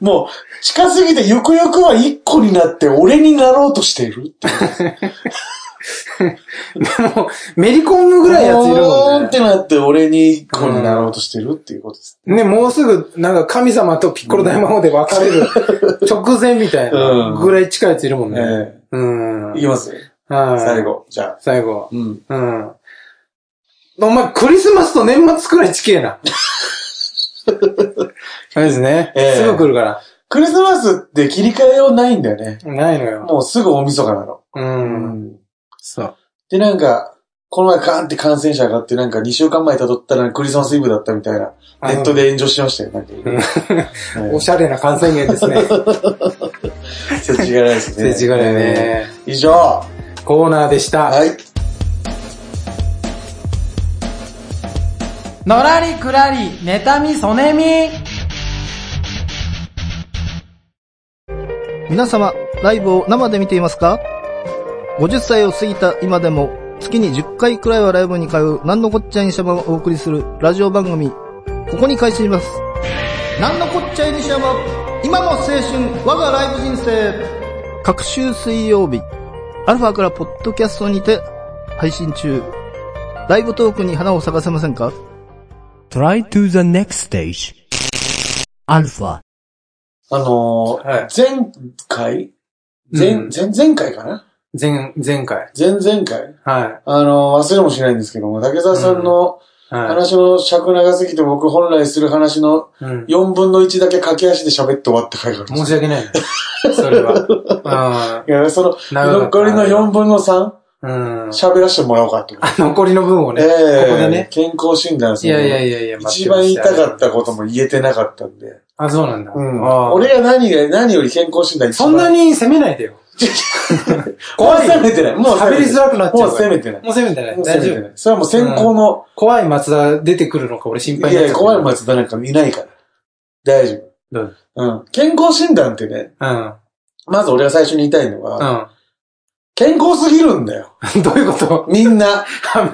[SPEAKER 1] もう、近すぎてゆくゆくは一個になって俺になろうとしてるって
[SPEAKER 2] もう、めり込むぐらいやついるも
[SPEAKER 1] お
[SPEAKER 2] ん
[SPEAKER 1] ー
[SPEAKER 2] ね
[SPEAKER 1] っ。てなって俺に一個になろうとしてるっていうことです。
[SPEAKER 2] ね、もうすぐ、なんか神様とピッコロ大魔王で別れ る直前みたいなぐらい近いやついるもん
[SPEAKER 1] え
[SPEAKER 2] ね。うん。
[SPEAKER 1] えいきます
[SPEAKER 2] はい
[SPEAKER 1] 最。後、じゃあ。
[SPEAKER 2] 最後。
[SPEAKER 1] うん。
[SPEAKER 2] うん。お前、クリスマスと年末くらい近え な。そうですね。
[SPEAKER 1] ええ
[SPEAKER 2] すぐ来るから。
[SPEAKER 1] クリスマスって切り替えようないんだよね。
[SPEAKER 2] ないのよ。
[SPEAKER 1] もうすぐ大晦日なの。
[SPEAKER 2] う。。
[SPEAKER 1] うん
[SPEAKER 2] そう。
[SPEAKER 1] で、なんか、この前ガーンって感染者上がって、なんか2週間前辿ったらクリスマスイブだったみたいな。
[SPEAKER 2] あの
[SPEAKER 1] ネットで炎上しましたよ、なんか。 ね
[SPEAKER 2] おしゃれな感染源です ね。
[SPEAKER 1] 世知辛いですね。
[SPEAKER 2] 政治がだよね。
[SPEAKER 1] えー。以上。は
[SPEAKER 2] コーナーでした。
[SPEAKER 1] い。
[SPEAKER 6] のらりくらり、妬み、そねみ。
[SPEAKER 7] 皆様、ライブを生で見ていますか ?50 歳を過ぎた今でも、月に10回くらいはライブに通う、なんのこっちゃいにしゃばをお送りする、ラジオ番組、ここに開始します。なんのこっちゃいにしゃば、今も青春、我がライブ人生。各週水曜日、アルファからポッドキャストにて、配信中。ライブトークに花を咲かせませんか
[SPEAKER 5] Try to the next stage. Alpha.
[SPEAKER 1] あのー
[SPEAKER 2] はい
[SPEAKER 1] 前回前、
[SPEAKER 2] うん
[SPEAKER 1] 前、前回かな
[SPEAKER 2] 前、前回。
[SPEAKER 1] 前々回
[SPEAKER 2] は
[SPEAKER 1] あのー忘れもしないんですけども、竹澤さんの
[SPEAKER 2] い。はい。
[SPEAKER 1] 話の尺長すぎて僕本来する話の
[SPEAKER 2] うん。
[SPEAKER 1] 4分の1だけ駆け足で喋って終わった回があるんです
[SPEAKER 2] 申し訳ないね。それ は。
[SPEAKER 1] いや、その、
[SPEAKER 2] 長かった
[SPEAKER 1] 残りの4分の 3?
[SPEAKER 2] うん。うん。
[SPEAKER 1] 喋らせてもらおうかと。
[SPEAKER 2] あ残りの分をね、
[SPEAKER 1] え
[SPEAKER 2] こ
[SPEAKER 1] え
[SPEAKER 2] こでね。
[SPEAKER 1] 健康診断す
[SPEAKER 2] い
[SPEAKER 1] るの
[SPEAKER 2] や
[SPEAKER 1] に
[SPEAKER 2] いやいやいや、待っ
[SPEAKER 1] 一
[SPEAKER 2] てま
[SPEAKER 1] 番
[SPEAKER 2] し
[SPEAKER 1] 言い
[SPEAKER 2] よ
[SPEAKER 1] たかったことも言えてなかったんで。
[SPEAKER 2] あ、そうなんだ。
[SPEAKER 1] うん
[SPEAKER 2] ああ
[SPEAKER 1] 俺が何が、何より健康診断一
[SPEAKER 2] そ
[SPEAKER 1] 番
[SPEAKER 2] んなに責めないでよ。怖い
[SPEAKER 1] もう攻めてない。もう攻
[SPEAKER 2] 喋
[SPEAKER 1] め
[SPEAKER 2] り
[SPEAKER 1] て
[SPEAKER 2] づ
[SPEAKER 1] ない。
[SPEAKER 2] らくなっちゃうか
[SPEAKER 1] もう
[SPEAKER 2] ら。
[SPEAKER 1] 攻めてない。
[SPEAKER 2] もう攻めてない。
[SPEAKER 1] もう攻
[SPEAKER 2] 大
[SPEAKER 1] めて
[SPEAKER 2] 丈
[SPEAKER 1] ない
[SPEAKER 2] 夫。。
[SPEAKER 1] それはもう先行の、
[SPEAKER 2] 怖い松田出てくるのか俺心配
[SPEAKER 1] い
[SPEAKER 2] になっ
[SPEAKER 1] や
[SPEAKER 2] ち
[SPEAKER 1] い
[SPEAKER 2] ゃう。
[SPEAKER 1] や、怖い松田なんかいないから。大丈
[SPEAKER 2] どう
[SPEAKER 1] 夫。うん。健康診断ってね、
[SPEAKER 2] 田。
[SPEAKER 1] まず俺が最初に言いたいの
[SPEAKER 2] う
[SPEAKER 1] は、
[SPEAKER 2] ん。
[SPEAKER 1] 健康すぎるんだよ。
[SPEAKER 2] うん。 どういうこと
[SPEAKER 1] みんな。
[SPEAKER 2] あ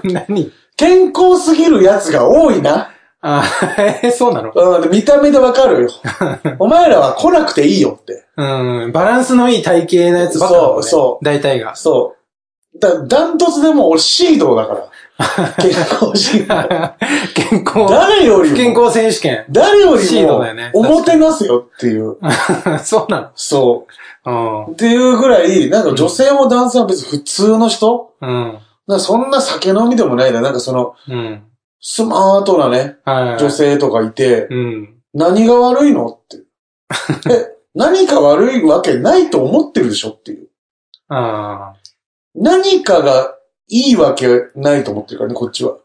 [SPEAKER 2] 何
[SPEAKER 1] 健康すぎるやつが多いな。
[SPEAKER 2] あ、えー そうなの
[SPEAKER 1] うん、見た目でわかるよ。お前らは来なくていいよって。
[SPEAKER 2] うん。バランスのいい体型のやつばっかだもんね
[SPEAKER 1] そうそう
[SPEAKER 2] 大体が。
[SPEAKER 1] そう。だ、ダントツでもう俺シード だから。健康診断。
[SPEAKER 2] 健康、
[SPEAKER 1] 誰より
[SPEAKER 2] 不健
[SPEAKER 1] も、。
[SPEAKER 2] 康選手権
[SPEAKER 1] 誰よ
[SPEAKER 2] シ
[SPEAKER 1] り
[SPEAKER 2] ードだよね
[SPEAKER 1] も、おもてなすよっていう。
[SPEAKER 2] そうな
[SPEAKER 1] そ
[SPEAKER 2] の
[SPEAKER 1] う。っていうぐらい、なんか女性も男性も別に普通の人
[SPEAKER 2] うん。うん。
[SPEAKER 1] なんかそんな酒飲みでもないな。なんかその、
[SPEAKER 2] うん。
[SPEAKER 1] スマートなね、
[SPEAKER 2] はい。
[SPEAKER 1] 女。性とかいて、
[SPEAKER 2] うん。
[SPEAKER 1] 何が悪いの って。え、何か悪いわけないと思ってるでしょっていう。
[SPEAKER 2] あ
[SPEAKER 1] 何かがいいわけないと思ってるからね、こっちは。
[SPEAKER 2] あ。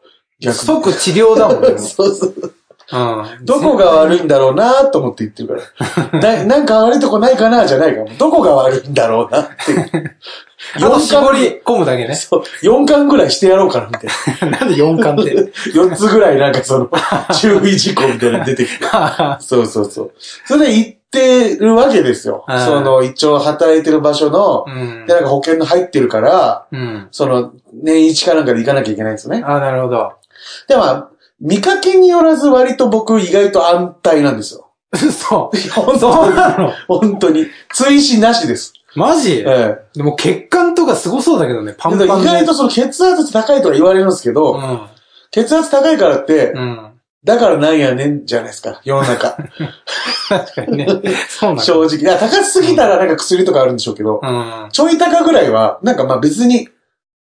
[SPEAKER 1] 逆に。。
[SPEAKER 2] 即治療だもんね
[SPEAKER 1] そうそう。
[SPEAKER 2] うん。
[SPEAKER 1] どこが悪いんだろうなと思って言っ てるから。ななんか悪いとこないかなじゃないから。どこが悪いんだろうなっていう。
[SPEAKER 2] あと絞り込むだけね。
[SPEAKER 1] そう、4巻ぐらいしてやろうかな、みた い
[SPEAKER 2] なんで4巻って。
[SPEAKER 1] な。4つぐらいなん かその、注意事項みたいなの出てきて。そうそうそう。それで行ってるわけですよ。
[SPEAKER 2] はい
[SPEAKER 1] その、一応働いてる場所の
[SPEAKER 2] う、ん
[SPEAKER 1] で、。なんか保険の入ってるから、
[SPEAKER 2] うん。
[SPEAKER 1] その、年一かなんかで行かなきゃいけないんですよね。
[SPEAKER 2] あ、なるほど。
[SPEAKER 1] で、まあ、見かけによらず割と僕意外と安泰なんですよ。
[SPEAKER 2] 嘘。
[SPEAKER 1] 本
[SPEAKER 2] そ
[SPEAKER 1] 当
[SPEAKER 2] う
[SPEAKER 1] に。
[SPEAKER 2] なの
[SPEAKER 1] 本当に。追試なしです。
[SPEAKER 2] マジ
[SPEAKER 1] ええ。
[SPEAKER 2] でも血管とかすごそうだけどね、パン
[SPEAKER 1] で
[SPEAKER 2] パン
[SPEAKER 1] 意
[SPEAKER 2] で。
[SPEAKER 1] 外とその血圧高いとか言われるんですけど、血圧高いからって、
[SPEAKER 2] うん。うん。
[SPEAKER 1] だからなんやねんじゃないですか、世の中。
[SPEAKER 2] 確かにね。 そうなの。
[SPEAKER 1] 正直。いや高すぎたらなんか薬とかあるんでしょうけど、
[SPEAKER 2] うん。
[SPEAKER 1] ちょい高ぐらいは、なんかまあ別に、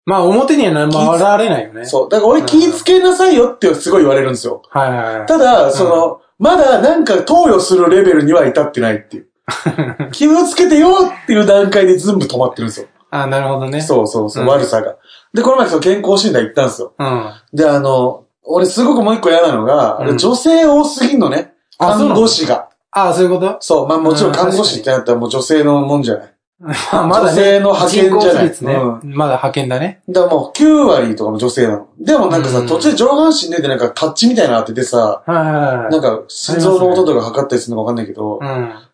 [SPEAKER 2] まあ表には何も現れないよね。
[SPEAKER 1] そう。だから俺気ぃつけなさいよってすごい言われるんですよ。
[SPEAKER 2] はいはいはい。
[SPEAKER 1] ただ、その、まだなんか投与するレベルには至ってないっていう。気をつけてよっていう段階で全部止まってるんですよ。
[SPEAKER 2] あ、なるほどね。
[SPEAKER 1] そうそうそう、
[SPEAKER 2] うん
[SPEAKER 1] 悪さが。で、この前その健康診断行ったんですよ。
[SPEAKER 2] うん。あ、
[SPEAKER 1] で、あの、俺すごくもう一個嫌なのが、あれ
[SPEAKER 2] うん
[SPEAKER 1] 女性多すぎんのね。
[SPEAKER 2] そう
[SPEAKER 1] 看
[SPEAKER 2] な
[SPEAKER 1] 護
[SPEAKER 2] の
[SPEAKER 1] 師が。
[SPEAKER 2] あ、そういうこと
[SPEAKER 1] そう、まあもちろん
[SPEAKER 2] うん
[SPEAKER 1] 看護師ってなったらもう女性のもんじゃない。
[SPEAKER 2] ま あまだね。
[SPEAKER 1] 女性の派遣じゃ
[SPEAKER 2] 人口
[SPEAKER 1] ない
[SPEAKER 2] 比率ね。
[SPEAKER 1] う
[SPEAKER 2] まだ派遣だね。
[SPEAKER 1] だからもう9割とかも女性なの。でもなんかさ、
[SPEAKER 2] うん
[SPEAKER 1] 途中で上半身出てなんかタッチみたいなのあっててさ、
[SPEAKER 2] はいはいはい。
[SPEAKER 1] なんか心臓の音とか測ったりするのかわかんないけど、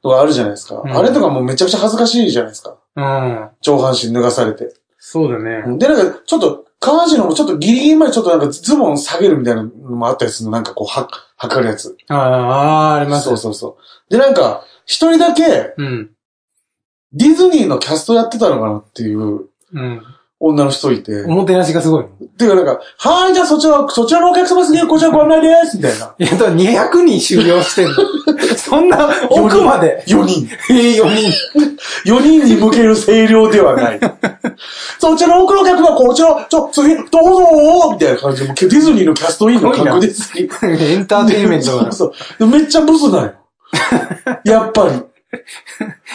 [SPEAKER 1] とかあるじゃないですか。
[SPEAKER 2] うん
[SPEAKER 1] あれとかもうめちゃくちゃ恥ずかしいじゃないですか。
[SPEAKER 2] うん。うん。
[SPEAKER 1] 上半身脱がされて。
[SPEAKER 2] そうだね。
[SPEAKER 1] で、なんか、ちょっと、下半身の方もちょっとギリギリまでちょっとなんかズボン下げるみたいなのもあったりするの。なんかこう、は、測るやつ。
[SPEAKER 2] ああ、あります
[SPEAKER 1] そうそうそう。で、なんか、一人だけ、
[SPEAKER 2] うん。
[SPEAKER 1] ディズニーのキャストやってたのかなっていう
[SPEAKER 2] うん。
[SPEAKER 1] 女の人いて。
[SPEAKER 2] おもてなしがすごい。
[SPEAKER 1] ていうかなんか、はい、じゃあそちら、そちらのお客様ですね、こちらご案内ですみたいな。
[SPEAKER 2] いや、だから200人収容してんの。 そんな奥まで。
[SPEAKER 1] 4人。
[SPEAKER 2] ええ、4人。
[SPEAKER 1] 4人に向ける声量で はない。そちらの奥の客はこちら、ちょ、次、どうぞみたいな感じで、もうディズニーのキャストインの確実に。
[SPEAKER 2] エンターテインメント
[SPEAKER 1] そう
[SPEAKER 2] が。
[SPEAKER 1] そうそう。めっちゃブ スだよ。やっぱり。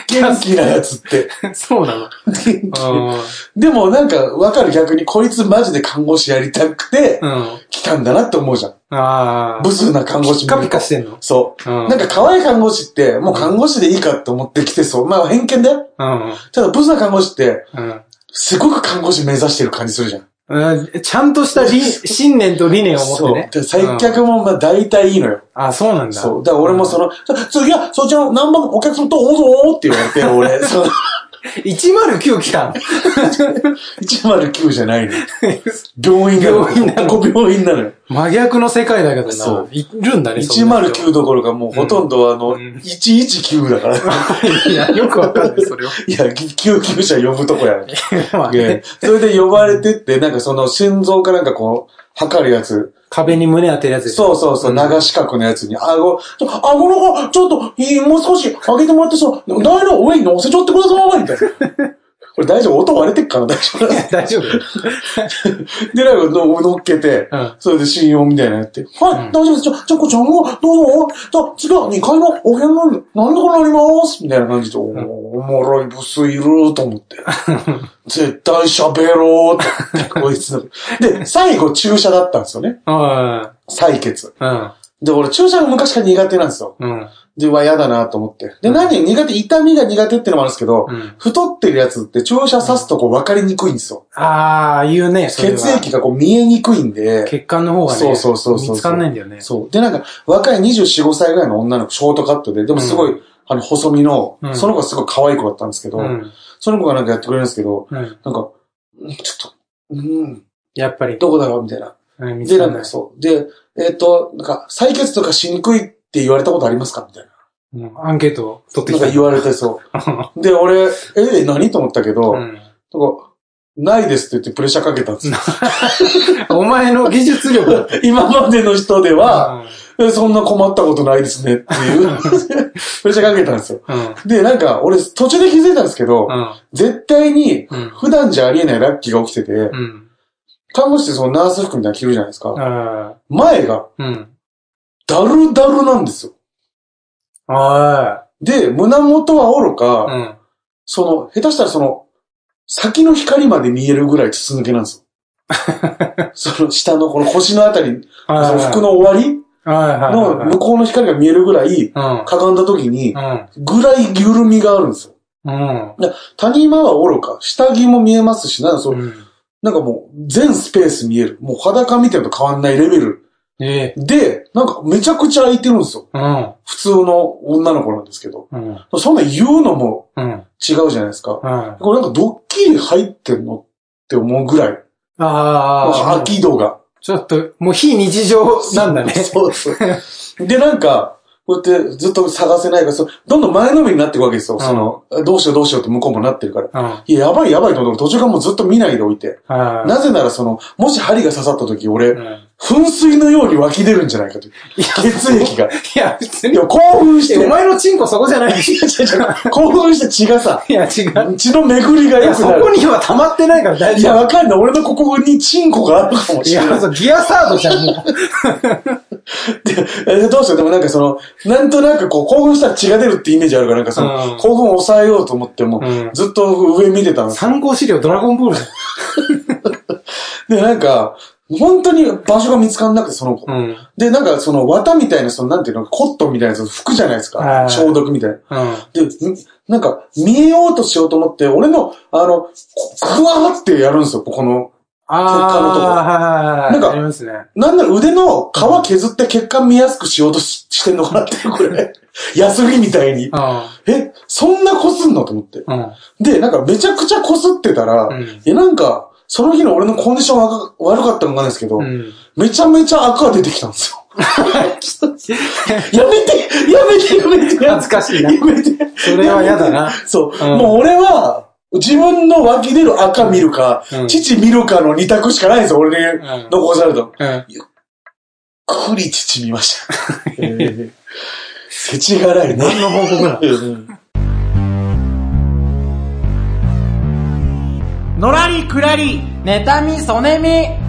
[SPEAKER 1] 元気なやつって。
[SPEAKER 2] そうなの。
[SPEAKER 1] 元気
[SPEAKER 2] うん
[SPEAKER 1] でもなんかわかる逆にこいつマジで看護師やりたくて
[SPEAKER 2] う、ん。
[SPEAKER 1] 来たんだなって思うじゃん。
[SPEAKER 2] ああ。
[SPEAKER 1] ブスな看護
[SPEAKER 2] ピ
[SPEAKER 1] 師見る
[SPEAKER 2] カ
[SPEAKER 1] と
[SPEAKER 2] ピカしてんの。
[SPEAKER 1] そう。
[SPEAKER 2] うん
[SPEAKER 1] なんか可愛い看護師って、もう看護師でいいかって思って来てそう。まあ偏見だよ。
[SPEAKER 2] うん。
[SPEAKER 1] ただブスな看護師って、
[SPEAKER 2] うん。
[SPEAKER 1] すごく看護師目指してる感じするじゃん。
[SPEAKER 2] うんちゃんとした理、信念と理念を持ってね。
[SPEAKER 1] そう。で接客もまあ大体いいのよ。
[SPEAKER 2] あ、そうなんだ。
[SPEAKER 1] そう。だから俺もその、次は、そっちの何番お客様どうぞって言われて、俺、 その、
[SPEAKER 2] 109来たん。
[SPEAKER 1] 109じゃない のよ。病院
[SPEAKER 2] 病院
[SPEAKER 1] なの
[SPEAKER 2] な
[SPEAKER 1] よ。
[SPEAKER 2] の
[SPEAKER 1] ここ病院なのよ。
[SPEAKER 2] 真逆の世界だけどな。
[SPEAKER 1] そう
[SPEAKER 2] いるんだね、そんな人
[SPEAKER 1] 109どころかもうほとんどあの、
[SPEAKER 2] うん
[SPEAKER 1] 119 だから。
[SPEAKER 2] いや、よくわかんない、そ れは。
[SPEAKER 1] いや、救急車呼ぶとこやね。
[SPEAKER 2] まあ
[SPEAKER 1] で
[SPEAKER 2] ね、
[SPEAKER 1] それで呼ばれてって、なんかその心臓かなんかこう、測るやつ。
[SPEAKER 2] 壁に胸当てるやつでしょ
[SPEAKER 1] そうそうそう、長四角のやつに、顎、ちょ顎の方、ちょっと、いいもう少し上げてもらって、その、台の上に乗せちゃってくださいみたいな。 これ大丈夫音割れてっから大丈夫
[SPEAKER 2] 大丈夫
[SPEAKER 1] で、なんかの乗っけて、
[SPEAKER 2] うん
[SPEAKER 1] それで信用みたいなのやって、はい、大丈夫です。じゃあ、じゃあ、こちらも、どうぞ、じゃあ、次は2階のお部屋の何とかなりますみたいな感じで、おーおもろいブスいると 思って。絶対喋ろうって、こいつの。で、最後注射だったんですよね。
[SPEAKER 2] う
[SPEAKER 1] 採血。
[SPEAKER 2] ん。
[SPEAKER 1] で、俺注射が昔から苦手なんですよ。
[SPEAKER 2] うん。うん。
[SPEAKER 1] で、うわ、嫌だなと思って。で、何苦手、痛みが苦手ってのもあるんですけど、
[SPEAKER 2] うん
[SPEAKER 1] 太ってるやつって注射刺すとこう分かりにくいんですよ。
[SPEAKER 2] ああ、言うね。そ
[SPEAKER 1] 血
[SPEAKER 2] れは
[SPEAKER 1] 液がこう見えにくいんで。
[SPEAKER 2] 血管の方がね。
[SPEAKER 1] そうそうそうそう
[SPEAKER 2] 見つかんないんだよね。
[SPEAKER 1] そう。で、なんか、若い24、5歳ぐらいの女の子、ショートカットで、でもすごい、あの、細身の、
[SPEAKER 2] うん
[SPEAKER 1] その子はすごい可愛い子だったんですけど、
[SPEAKER 2] うん。
[SPEAKER 1] その子がなんかやってくれるんですけど、
[SPEAKER 2] うん。
[SPEAKER 1] なんか、うんちょっと、うん、
[SPEAKER 2] やっぱり。
[SPEAKER 1] どこだろうみたいな。
[SPEAKER 2] うん見
[SPEAKER 1] で、
[SPEAKER 2] つ
[SPEAKER 1] な
[SPEAKER 2] か
[SPEAKER 1] ん
[SPEAKER 2] んな
[SPEAKER 1] か
[SPEAKER 2] い。
[SPEAKER 1] そう。で、えっ、と、なんか、採血とかしにくいって言われたことありますかみたいな。
[SPEAKER 2] うんアンケートを取って
[SPEAKER 1] な
[SPEAKER 2] き
[SPEAKER 1] んか
[SPEAKER 2] た。
[SPEAKER 1] 言われてそ
[SPEAKER 2] う
[SPEAKER 1] う。で、俺、え、何と思ったけど、なんか、
[SPEAKER 2] ん
[SPEAKER 1] ないですって言ってプレッシャーかけたんですよ。
[SPEAKER 2] お前の技術力だっ
[SPEAKER 1] 今までの人では、
[SPEAKER 2] た。うん
[SPEAKER 1] えそんな困ったことないですねっ ていう、プレッシャーかけたんですよ。
[SPEAKER 2] うん。
[SPEAKER 1] で、なんか、俺、途中で気づいたんですけど、
[SPEAKER 2] うん。
[SPEAKER 1] 絶対に、
[SPEAKER 2] うん。
[SPEAKER 1] 普段じゃありえないラッキーが起きてて、
[SPEAKER 2] うん。
[SPEAKER 1] 看護師ってそのナース服みたいなの着るじゃないですか。
[SPEAKER 2] あ
[SPEAKER 1] 前が、
[SPEAKER 2] あ。うん。
[SPEAKER 1] ダルダルなんですよ。
[SPEAKER 2] あ
[SPEAKER 1] で、胸元はおろ
[SPEAKER 2] あ。
[SPEAKER 1] か、
[SPEAKER 2] うん。
[SPEAKER 1] その、下手したらその、先の光まで見えるぐらい筒抜けな んですよ。その下のこの腰のあたり、そ
[SPEAKER 2] あ
[SPEAKER 1] の
[SPEAKER 2] あ。
[SPEAKER 1] 服の終わり
[SPEAKER 2] はいはいはい
[SPEAKER 1] の
[SPEAKER 2] はい。
[SPEAKER 1] 向こうの光が見えるぐらい、
[SPEAKER 2] うん。
[SPEAKER 1] かがんだ時に
[SPEAKER 2] う、ん。
[SPEAKER 1] ぐらい緩みがあるんですよ。
[SPEAKER 2] うん。
[SPEAKER 1] 谷間はおろか、下着も見えますし、なんかそう、
[SPEAKER 2] うん
[SPEAKER 1] なんかもう全スペース見える。もう裸見てると変わんないレベル。
[SPEAKER 2] ええ。
[SPEAKER 1] で、なんかめちゃくちゃ空いてるんですよ。
[SPEAKER 2] うん。
[SPEAKER 1] 普通の女の子なんですけど。
[SPEAKER 2] うん。
[SPEAKER 1] そんなん言うのも
[SPEAKER 2] うん。
[SPEAKER 1] 違うじゃないですか。
[SPEAKER 2] あ
[SPEAKER 1] これなんかドッキリ入ってんのって思うぐらい。
[SPEAKER 2] あ
[SPEAKER 1] 飽
[SPEAKER 2] ー。
[SPEAKER 1] き度が。
[SPEAKER 2] ちょっと、もう非日常なんだね。
[SPEAKER 1] そうそう。で、なんか、こうやってずっと探せないから、そうどんどん前のめりになっていくわけですよ。その、どうしようどうしようって向こうもなってるから。
[SPEAKER 2] うん。あ
[SPEAKER 1] いや、やばいやばいと思って途中からもうずっと見ないでおいて。
[SPEAKER 2] あ。
[SPEAKER 1] なぜならその、もし針が刺さった時俺
[SPEAKER 2] う、ん
[SPEAKER 1] 噴水のように湧き出るんじゃないかと。血液が。
[SPEAKER 2] いや、普通
[SPEAKER 1] い
[SPEAKER 2] に
[SPEAKER 1] や、。興奮し
[SPEAKER 2] え
[SPEAKER 1] て、
[SPEAKER 2] お前のチンコそこじゃないい
[SPEAKER 1] 興奮して血がさ、
[SPEAKER 2] や、違う。
[SPEAKER 1] 血の巡りが
[SPEAKER 2] いや、
[SPEAKER 1] 良く
[SPEAKER 2] そ
[SPEAKER 1] な
[SPEAKER 2] こ
[SPEAKER 1] る。
[SPEAKER 2] には溜まってないから大
[SPEAKER 1] い
[SPEAKER 2] 丈
[SPEAKER 1] や、わかんない。俺のここにチンコがあるかも
[SPEAKER 2] 夫。い
[SPEAKER 1] しれない
[SPEAKER 2] や、。そうギアサードじゃん、もう。
[SPEAKER 1] えどうしようでもなんかその、なんとなくこう、興奮したら血が出るってイメージあるから、なんかその、
[SPEAKER 2] うん
[SPEAKER 1] 興奮を抑えようと思っても、
[SPEAKER 2] うん
[SPEAKER 1] ずっと上見てたんです。
[SPEAKER 2] 参考資料、ドラゴンボールだ。
[SPEAKER 1] で、なんか、本当に場所が見つかんなくて、その子。
[SPEAKER 2] うん。
[SPEAKER 1] で、なんかその、綿みたいな、その、なんていうの、コットンみたいなやつ、服じゃないです
[SPEAKER 2] は
[SPEAKER 1] か。
[SPEAKER 2] い
[SPEAKER 1] 消毒みたいな。
[SPEAKER 2] うん。
[SPEAKER 1] で、んなんか、見えようとしようと思って、俺の、あの、こくわーってやるんですよ、ここの。
[SPEAKER 2] ああ、
[SPEAKER 1] 結果のところなんか
[SPEAKER 2] ありますね。
[SPEAKER 1] なんなら腕の皮削って血管見やすくしようとししてんのかなって、 これ。ヤスリみたいに。え、そんなこすんのと思って。
[SPEAKER 2] うん。うん。
[SPEAKER 1] で、なんかめちゃくちゃこすってたら、
[SPEAKER 2] うん
[SPEAKER 1] え、なんか、その日の俺のコンディションが悪かったのかなんですけど、
[SPEAKER 2] うん。
[SPEAKER 1] めちゃめちゃ赤出てきたんで すよ。やめてやめてやめて
[SPEAKER 2] 恥ずかしいな
[SPEAKER 1] やめて
[SPEAKER 2] それは嫌だな。
[SPEAKER 1] そう、
[SPEAKER 2] うん
[SPEAKER 1] もう俺は、自分の湧き出る赤見るか、
[SPEAKER 2] うん
[SPEAKER 1] 父見るかの二択しかないんですよ、俺に
[SPEAKER 2] うん
[SPEAKER 1] 残されたの。
[SPEAKER 2] うん。
[SPEAKER 1] くり父見ました。 えーせちがらいね。
[SPEAKER 2] 何の報 告なの
[SPEAKER 3] のらりくらり、
[SPEAKER 6] 妬み、そねみ。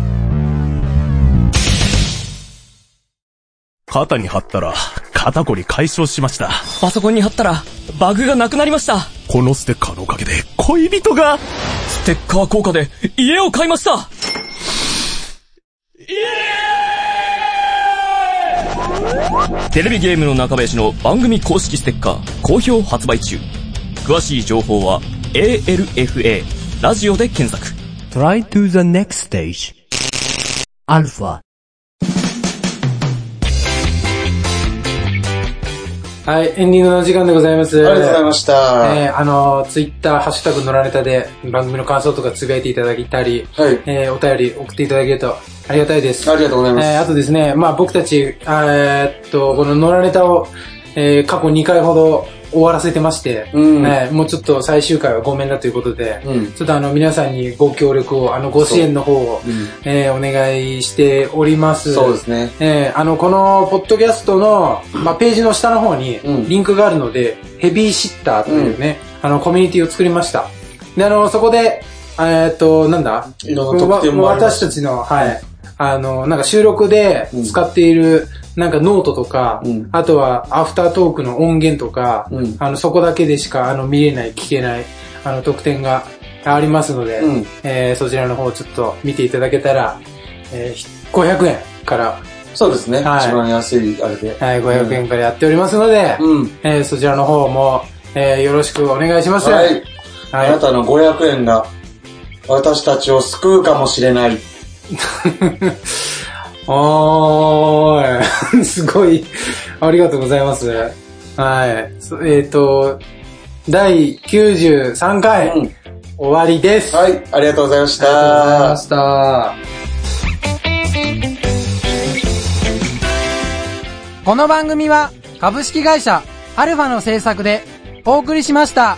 [SPEAKER 4] 肩に貼ったら、肩こり解消しました。
[SPEAKER 8] パソコンに貼ったら、バグがなくなりました。
[SPEAKER 4] このステッカーのおかげで、恋人が、
[SPEAKER 8] ステッカー効果で家を買いましたテレビゲームの中林の番組公式ステッカー、好評発売中。詳しい情報は、ALFA、ラジオで検索。
[SPEAKER 5] Try to the next stage. Alpha.
[SPEAKER 2] はい、エンディングの時間でございます。
[SPEAKER 1] ありがとうございました。
[SPEAKER 2] えー、あの、ツイッター、ハッシュタグのられたで、番組の感想とかつぶやいていただいたり、
[SPEAKER 1] はい。
[SPEAKER 2] えー、お便り送っていただけるとありがたいです。
[SPEAKER 1] ありがとうございます。
[SPEAKER 2] えーあとですね、まあ僕たち、あーえーっと、この野良ネタを、えー過去2回ほど終わらせてまして、
[SPEAKER 1] うん
[SPEAKER 2] えーもうちょっと最終回はごめんだということで、
[SPEAKER 1] うん
[SPEAKER 2] ちょっとあの皆さんにご協力を、あのご支援の方を、
[SPEAKER 1] うん
[SPEAKER 2] えーお願いしております。
[SPEAKER 1] そうですね。
[SPEAKER 2] えーあの、この、ポッドキャストの、まあ、ページの下の方に
[SPEAKER 1] う、ん
[SPEAKER 2] リンクがあるので、ヘビーシッターというね、あの、コミュニティを作りました。で、あの、そこで、えーっと、なんだ
[SPEAKER 1] いろんな特典もあ
[SPEAKER 2] わ
[SPEAKER 1] ります
[SPEAKER 2] 私たちの、はい。あの、なんか収録で使っている、なんかノートとか、
[SPEAKER 1] うん
[SPEAKER 2] あとはアフタートークの音源とか、
[SPEAKER 1] うん
[SPEAKER 2] あの、そこだけでしか、あの、見れない、聞けない、あの、特典がありますので、
[SPEAKER 1] うん
[SPEAKER 2] えーそちらの方をちょっと見ていただけたら、えー500円から、
[SPEAKER 1] そうですね。
[SPEAKER 2] はい
[SPEAKER 1] 一番安いあれで。
[SPEAKER 2] はい、500円からやっておりますので、
[SPEAKER 1] うん。
[SPEAKER 2] えーそちらの方も、えーよろしくお願いします。
[SPEAKER 1] はい。
[SPEAKER 2] はい
[SPEAKER 1] あなたの500円が私たちを救うかもしれない。
[SPEAKER 2] おーい。 すごい。ありがとうございます。はい。そえっ、と、第93回、
[SPEAKER 1] うん
[SPEAKER 2] 終わりです。
[SPEAKER 1] はい、ありがとうございまし
[SPEAKER 2] ありがとうござい
[SPEAKER 1] た
[SPEAKER 2] ま。した。
[SPEAKER 6] この番組は、株式会社、アルファの制作で、お送りしました。